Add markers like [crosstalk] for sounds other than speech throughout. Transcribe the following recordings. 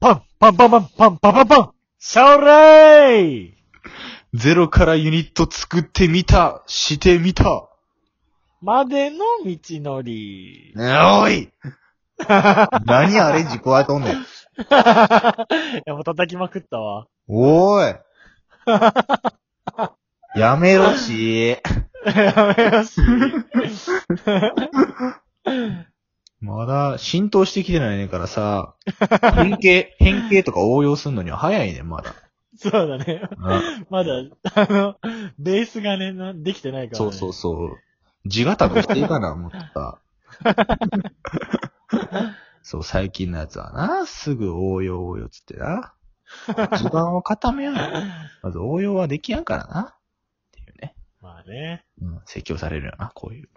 パンパンパンパンパンパンパンパンそれーいゼロからユニット作ってみた、してみた。までの道の [laughs] り。ねえおい何あれ自己愛とんねん。いや、もう叩きまくったわ。おーい。やめろし。やめよし。まだ浸透してきてないねんからさ、変形、変形とか応用すんのには早いねん、まだ。そうだね。あまだ、あの、ベースがね、なできてないから、そね。うそうそう。地固くしていいかな、思った。そう、最近のやつはな、すぐ応用応用つってな。時間を固めようよ。まず応用はできやんからな。っていうね。まあね。うん、説教されるよな、こういう。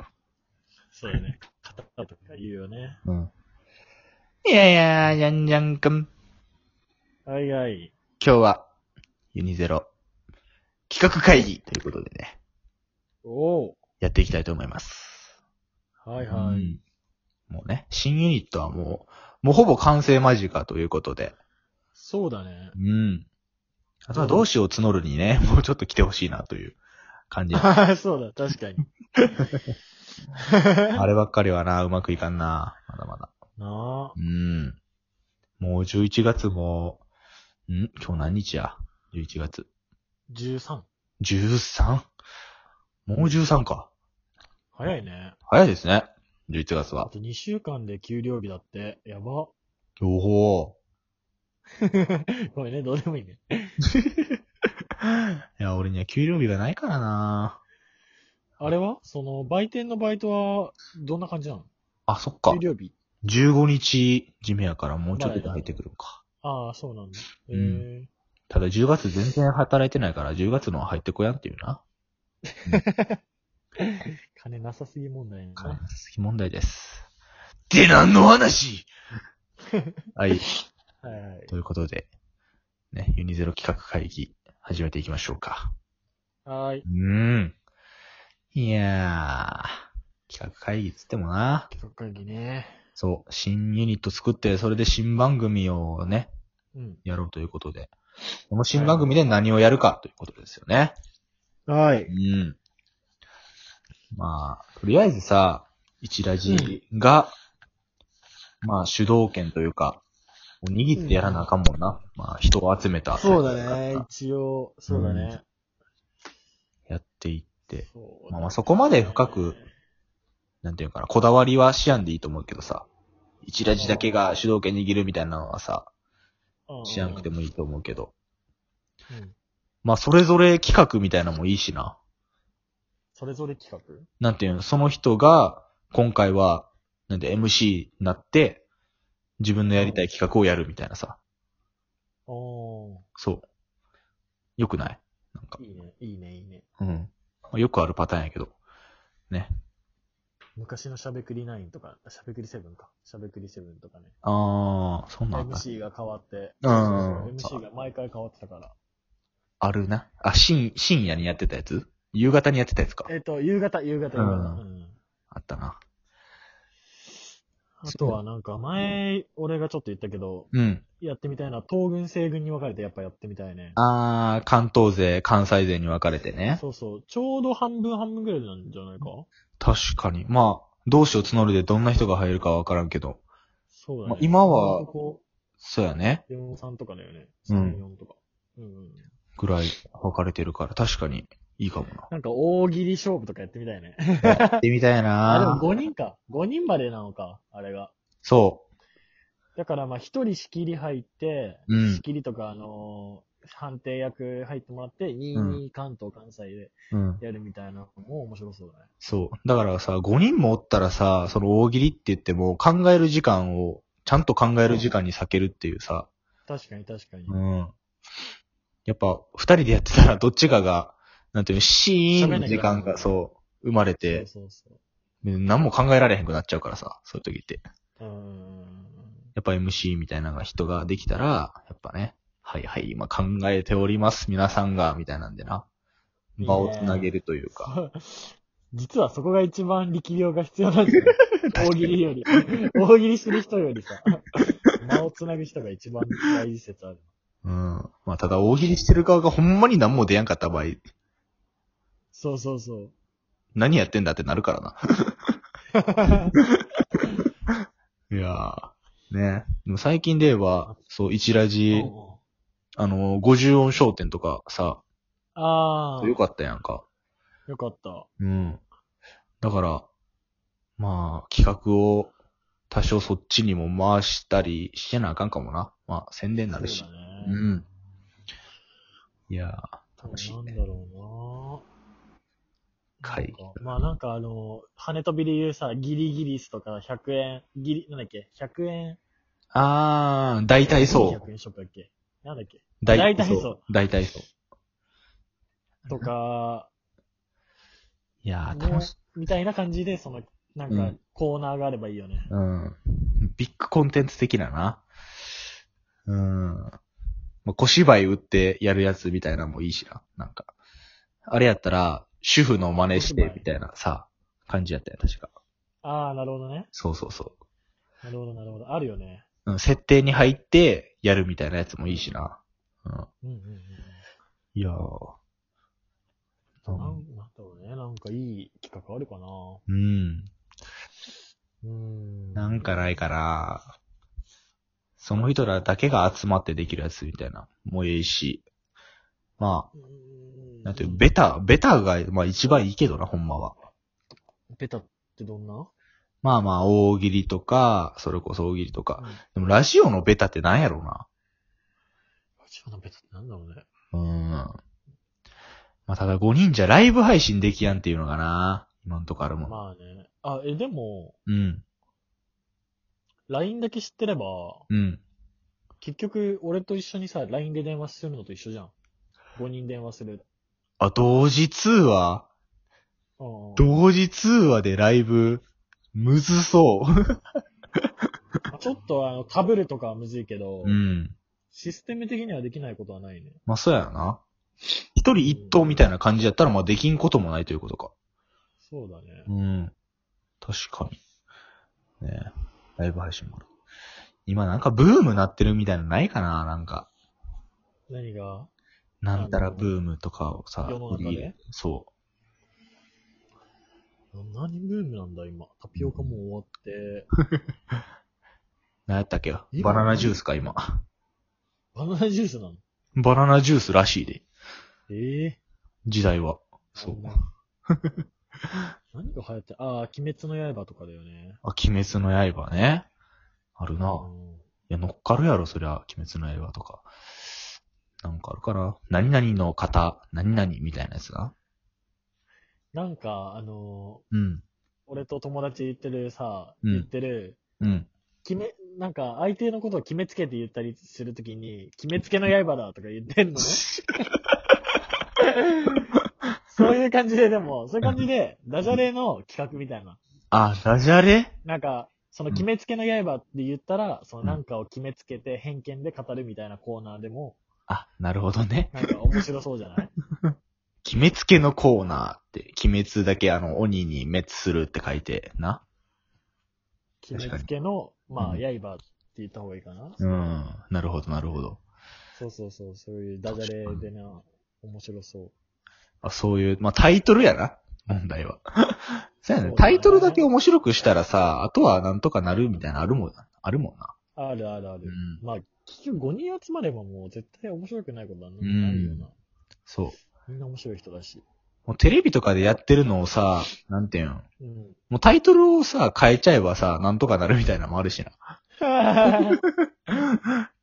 そうだね。肩とか言うよね。うん。いやいや、じゃんじゃんくん。はいはい。今日は、ユニゼロ、企画会議ということでね、おやっていきたいと思います。おはいうんはい。もうね、新ユニットはもう、もうほぼ完成間近ということで。そうだねう。ん。あとは同志を募るにね、 [laughs] もうちょっと来てほしいなという感じ。[laughs] あそうだ、確かに。ればっかりはな、うまくいかんな。まだまだ。なあ。うん。もう11月も、ん今日何日や ?11 月。 13。 13? もう13か。早いね。早いですね。11月あは。と2週間で給料日だって。やば。おお [laughs] ごめんね、どうでもいいね。ー。いや、俺には給料日がないからな。あれはその、売店のバイトは、どんな感じなのあ、そっか給。料日。 15日締めやからもうちょっとで入ってくるか。ああ、そうなんだ。へえんただ10月全然働いてないから10月のは入ってこやんっていうな。金なさすぎ問題や金な。の好き問題です。で、何の話 [laughs] はい。はいはい。ということで、ね、ユニゼロ企画会議、始めていきましょうか。はーい。うーん。いやー、企画会議つってもな、企画会議ね。そう、新ユニット作って、それで新番組をね、うん。やろうということで、この新番組で何をやるかということですよね。はうい。ん。まあ、とりあえずさ、一ラジが、まあ主導権というか、を握ってやらなあかんもんな。まあ人を集めた。そうだね。一応、そうだね。やっていって。そうまあまあそこまで深く、なんていうのかな、こだわりはシアンでいいと思うけどさ。一ラジだけが主導権握るみたいなのはさ、シアンくても。もいいと思うけど。うんまあそれぞれ企画みたいなのもいいしな。それぞれ企画なんていうの、その人が、今回は、なんで MC になって、自分のやりたい企画をやるみたいなさ。おそう。よくないなんかー。。いいね、いいね、いいね。うん。まあよくあるパターンやけど。ね。昔のしゃべくり9とか、しゃべくり7か。しゃべくり7とかね。あー、そんなんあった MC が変わって。うんそうそうそう MC が毎回変わってたから。あるな。あ、深深夜にやってたやつ夕方にやってたやつか。えっと、夕方、夕方、夕方。うんうんあったな。あとはなんか前、俺がちょっと言ったけど、うん。やってみたいな、東軍西軍に分かれてやっぱやってみたいね。あー、関東勢、関西勢に分かれてね。そうそう。ちょうど半分半分ぐらいなんじゃないか確かに。まあ、同志を募るでどんな人が入るかは分からんけど。そうだまねあ。今はこそうやね。う、43とかだよね。うん34とか。うんうん。ぐらい分かれてるから、確かにいいかもな。なんか大喜利勝負とかやってみたいね。 [laughs] やってみたいあなでも5人か。5人までなのか、あれが。そだからまあ1人仕切り入って、うん仕切りとかあのー判定役入ってもらって、22関東関西でう。うん。やるみたいなのも面白そうだね。そう。だからさ、5人もおったらさ、その大喜利って言っても、考える時間を、ちゃんと考える時間に避けるっていうさ、確かに確かに。うん。やっぱ、2人でやってたら、どっちかが、なんていうの、シーンの時間が、そう、生まれて、そうそう何も考えられへんくなっちゃうからさ、そういう時って。そう。うーん。やっぱ MC みたいなのが人ができたら、やっぱね、はいはい、今考えております、皆さんが、みたいなんでな。場をつなげるというか。実はそこが一番力量が必要なんじゃない [laughs] 確か大に喜利より。大喜利する人よりさ。間をつなぐ人が一番大事説ある。うん。まあ、ただ大喜利してる側がほんまに何も出やんかった場合、そうそうそう。何やってんだってなるからな。いやー。ね。でも最近で言えば、そう、一ラジ、あの、50音商店とかさ、ああ、よかったやんか。よかった。うん。だから、まあ、企画を多少そっちにも回したりしてなあかんかもな。まあ、宣伝になるしそう。だうね。ん。いやー、楽しいなんね。だろうなはいなんかまあなんかあの、羽飛びで言うさ、ギリギリスとか100円、ギリ、なんだっけ ?100 円。あー、大体そう。 100円ショップだっけなんだっけ大大体そう。大体そう。とか、いやー、ね楽しい。みたいな感じで、その、なんうかん、コーナーがあればいいよね。うん。ビッグコンテンツ的なな。うん。まあ、小芝居売ってやるやつみたいなのもいいしな。なんか。あれやったら、主婦の真似してみたいなさ、感じやったよ、確か。ああ、なるほどね。そうそうそなるほど、なるほど。あるよね。う。うん、設定に入ってやるみたいなやつもいいしな。うん。うんうんうんうん。いやー。うなんん。なんだろうね。なんかいい企画あるかなうん。うーん。なんかないかな。その人らだけが集まってできるやつみたいな。もうええし。まあ、うーん、なんていう、ベタ、ベタが、まあ一番いいけどな、ほんまは。ベタってどんなまあまあ、大喜利とか、それこそ大喜利とか。でも、ラジオのベタってなんやろうな。一番のベタってなんだろうね。うーん。まあ、ただ5人じゃライブ配信できやんっていうのかな。今んとこあるもん。まあね。あ、え、でも、うん。 LINE だけ知ってれば、うん。結局、俺と一緒にさ、LINE で電話するのと一緒じゃん。5人電話する。あ、同時通話うんうん同時通話でライブ、むずそう。まあちょっと、あの、被るとかはむずいけど、うん。システム的にはできないことはないね。まあ、そうやろな。一人一頭みたいな感じやったら、まあ、できんこともないということか。そうだね。うん。確かに。ねえライブ配信もある。今なんかブームなってるみたいなのないかななんか。何がなんたらブームとかをさ、世の中で取り入れそ何ブームなんだ、今。タピオカも終わって、う。なんやったっけバ今ナナジュースか、今。バナナジュースなの [laughs] バナナジュースらしいで。ええ時代は。そう。あんな [laughs] 何が流行って、ああ、鬼滅の刃とかだよね。あ、鬼滅の刃ね。あるな。うんいや、乗っかるやろ、そりゃ。鬼滅の刃とか。なんかあるかな。何々の方、何々みたいなやつな。なんか、あのーうん。俺と友達言ってるさ、うん言ってる、うん。決め、なんか、相手のことを決めつけて言ったりするときに、決めつけの刃だとか言 [laughs] ってんのね。そういう感じで、でも、そういう感じで、ダジャレの企画みたいな。あ、ダジャレなんか、その決めつけの刃って言ったら、そのなんかを決めつけて偏見で語るみたいなコーナーでも、あ、なるほどね。なんか面白そうじゃない鬼滅系のコーナーって、鬼滅だけあの、鬼に滅するって書いて、な。かに決めつけの、まうあ、ん刃って言った方がいいかな。うん。なるほど、なるほど。そうそうそう、そういうダジャレでな、面白そう。あ、そういう、まあ、タイトルやな。問題 [laughs] は。そそううやだねね。タイトルだけ面白くしたらさ、あとはなんとかなるみたいな、あるもんな。あるもんな。あるあるある。うんまあ、結局5人集まればもう絶対面白くないことはなういんないよな。そう。みんな面白い人だし。もうテレビとかでやってるのをさ、なんていうん。うん。もうタイトルをさ、変えちゃえばさ、なんとかなるみたいなのもあるしな。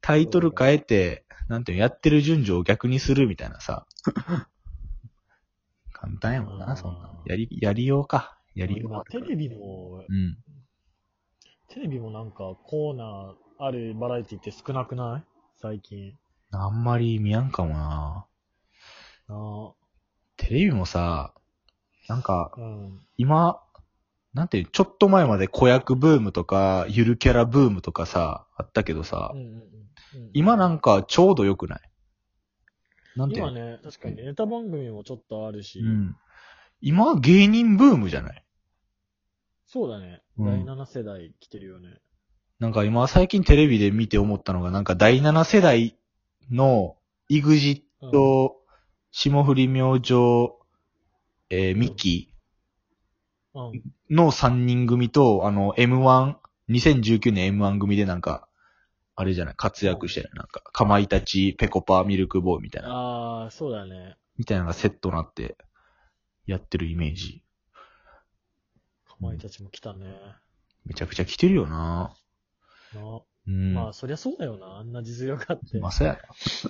タイトル変えて、なんていうん、やってる順序を逆にするみたいなさ。 [laughs] 簡単やもんあーな、そんなの。やり、やりようか。やりよう今か。テレビも、うん。テレビもなんかコーナーあるバラエティって少なくない最近。あんまり見やんかもな。なテレビもさ、なんか、あ。うん。今、なんていう、ちょっと前まで子役ブームとか、ゆるキャラブームとかさ、あったけどさうん、うんうん、今なか、んかちょうど良くないなんていう今の、ね、確かにネタ番組もちょっとあるし、うん。今芸人ブームじゃないそうだね。うん第7世代来てるよね。なんか今最近テレビで見て思ったのが、なんか第7世代の EXIT、うん霜降り明星、えー、ミキうん。の3人組と、あの、M1、2019年 M1 組でなんか、あれじゃない、活躍してる。なんか、かまいたち、ペコパ、ミルクボーイみたいな、ああ、そうだね。みたいなのがセットになって、やってるイメージ。かまいたちも来たね。めちゃくちゃ来てるよななうん。まあ、そりゃそうだよな。あんな実力あって。まあ、そうや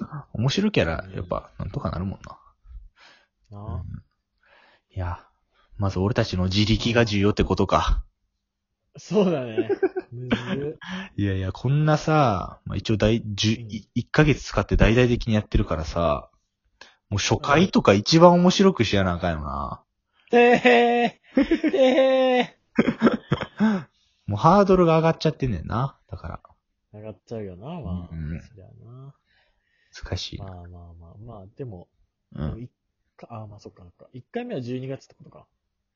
な。面白いキャラ、やっぱ、なんとかなるもんな。なうんいや、まず俺たちの自力が重要ってことか。そうだね。むずいやいや、こんなさ、まあ、一応大、十、うんい一ヶ月使って大々的にやってるからさ、もう初回とか一番面白くしやなあかんよな。い。てーてもうハードルが上がっちゃってんねんな。だから、ー上がっちゃうよな、まあ。うんそりゃな。難しい。まあまあまあまあ、でも、うでもん。一回ああ、まあそっかそっか。1回目は12月ってことか。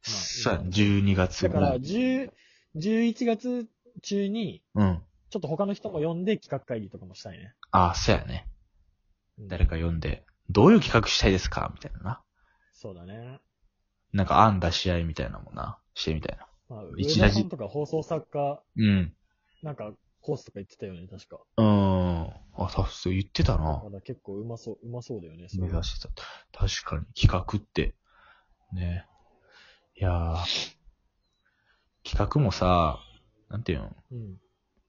さあ、12月だぐからら、い。 10 11月中に、うん。ちょっと他の人も呼んで企画会議とかもしたいね。ああ、そうやね。うん誰か呼んで、どういう企画したいですかみたいなな。そうだね。なんか案出し合いみたいなのもんな。してみたいな。まあ、上一田大事さんとか放送作家、うん。なんかコースとか言ってたよね、確か。うーん。あ、さ、そう言ってたなま。だ結構うまそう、うまそうだよね、そ目れ指してた。確かに、企画って。ね。いやー。企画もさ、なんていうのうん。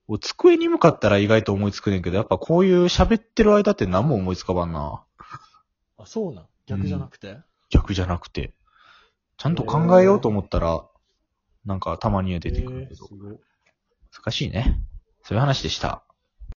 お机に向かったら意外と思いつくねんけど、やっぱこういう喋ってる間って何も思いつかばんな。あ、そうなん。逆じゃなくて、逆じゃなくて。ちゃんと考えようと思ったら、なんか頭には出てくるえけーどす。ごい難しいね。そういう話でした。